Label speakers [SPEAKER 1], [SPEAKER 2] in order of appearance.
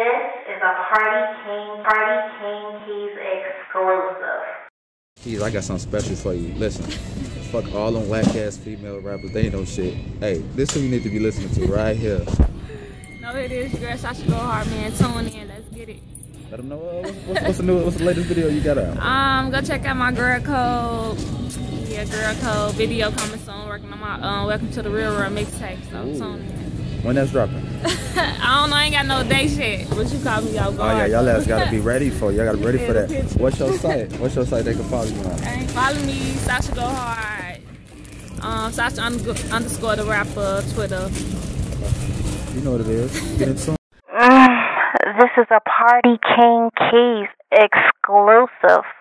[SPEAKER 1] a Hardy King, Hardy King Keys exclusive.
[SPEAKER 2] Keys, I got something special for you. Listen, fuck all them whack ass female rappers. They ain't no shit. Hey, this who you need to be listening to right here.
[SPEAKER 3] No, it is your girl Sasha Go Hard, man. Tune in. Let's get it.
[SPEAKER 2] Let them know uh, what's, what's, what's the new, what's the latest video you got out.
[SPEAKER 3] Um, go check out my girl code. Yeah, girl code video coming soon. Working on my um, Welcome to the Real World mixtape. So
[SPEAKER 2] Ooh.
[SPEAKER 3] tune in.
[SPEAKER 2] When that's dropping?
[SPEAKER 3] I don't know. I ain't got no day shit. But you call me out
[SPEAKER 2] Oh yeah,
[SPEAKER 3] guard.
[SPEAKER 2] y'all ass gotta be ready for. Y'all gotta be ready for that.
[SPEAKER 3] Yeah, bitch.
[SPEAKER 2] What's your site? What's your site they can follow you on?
[SPEAKER 3] Hey, Follow me, Sasha Go Hard. Um, Sasha underg- underscore the rapper Twitter.
[SPEAKER 2] You know what it is. Get in tune.
[SPEAKER 1] Mm, this is a Party King Keys exclusive.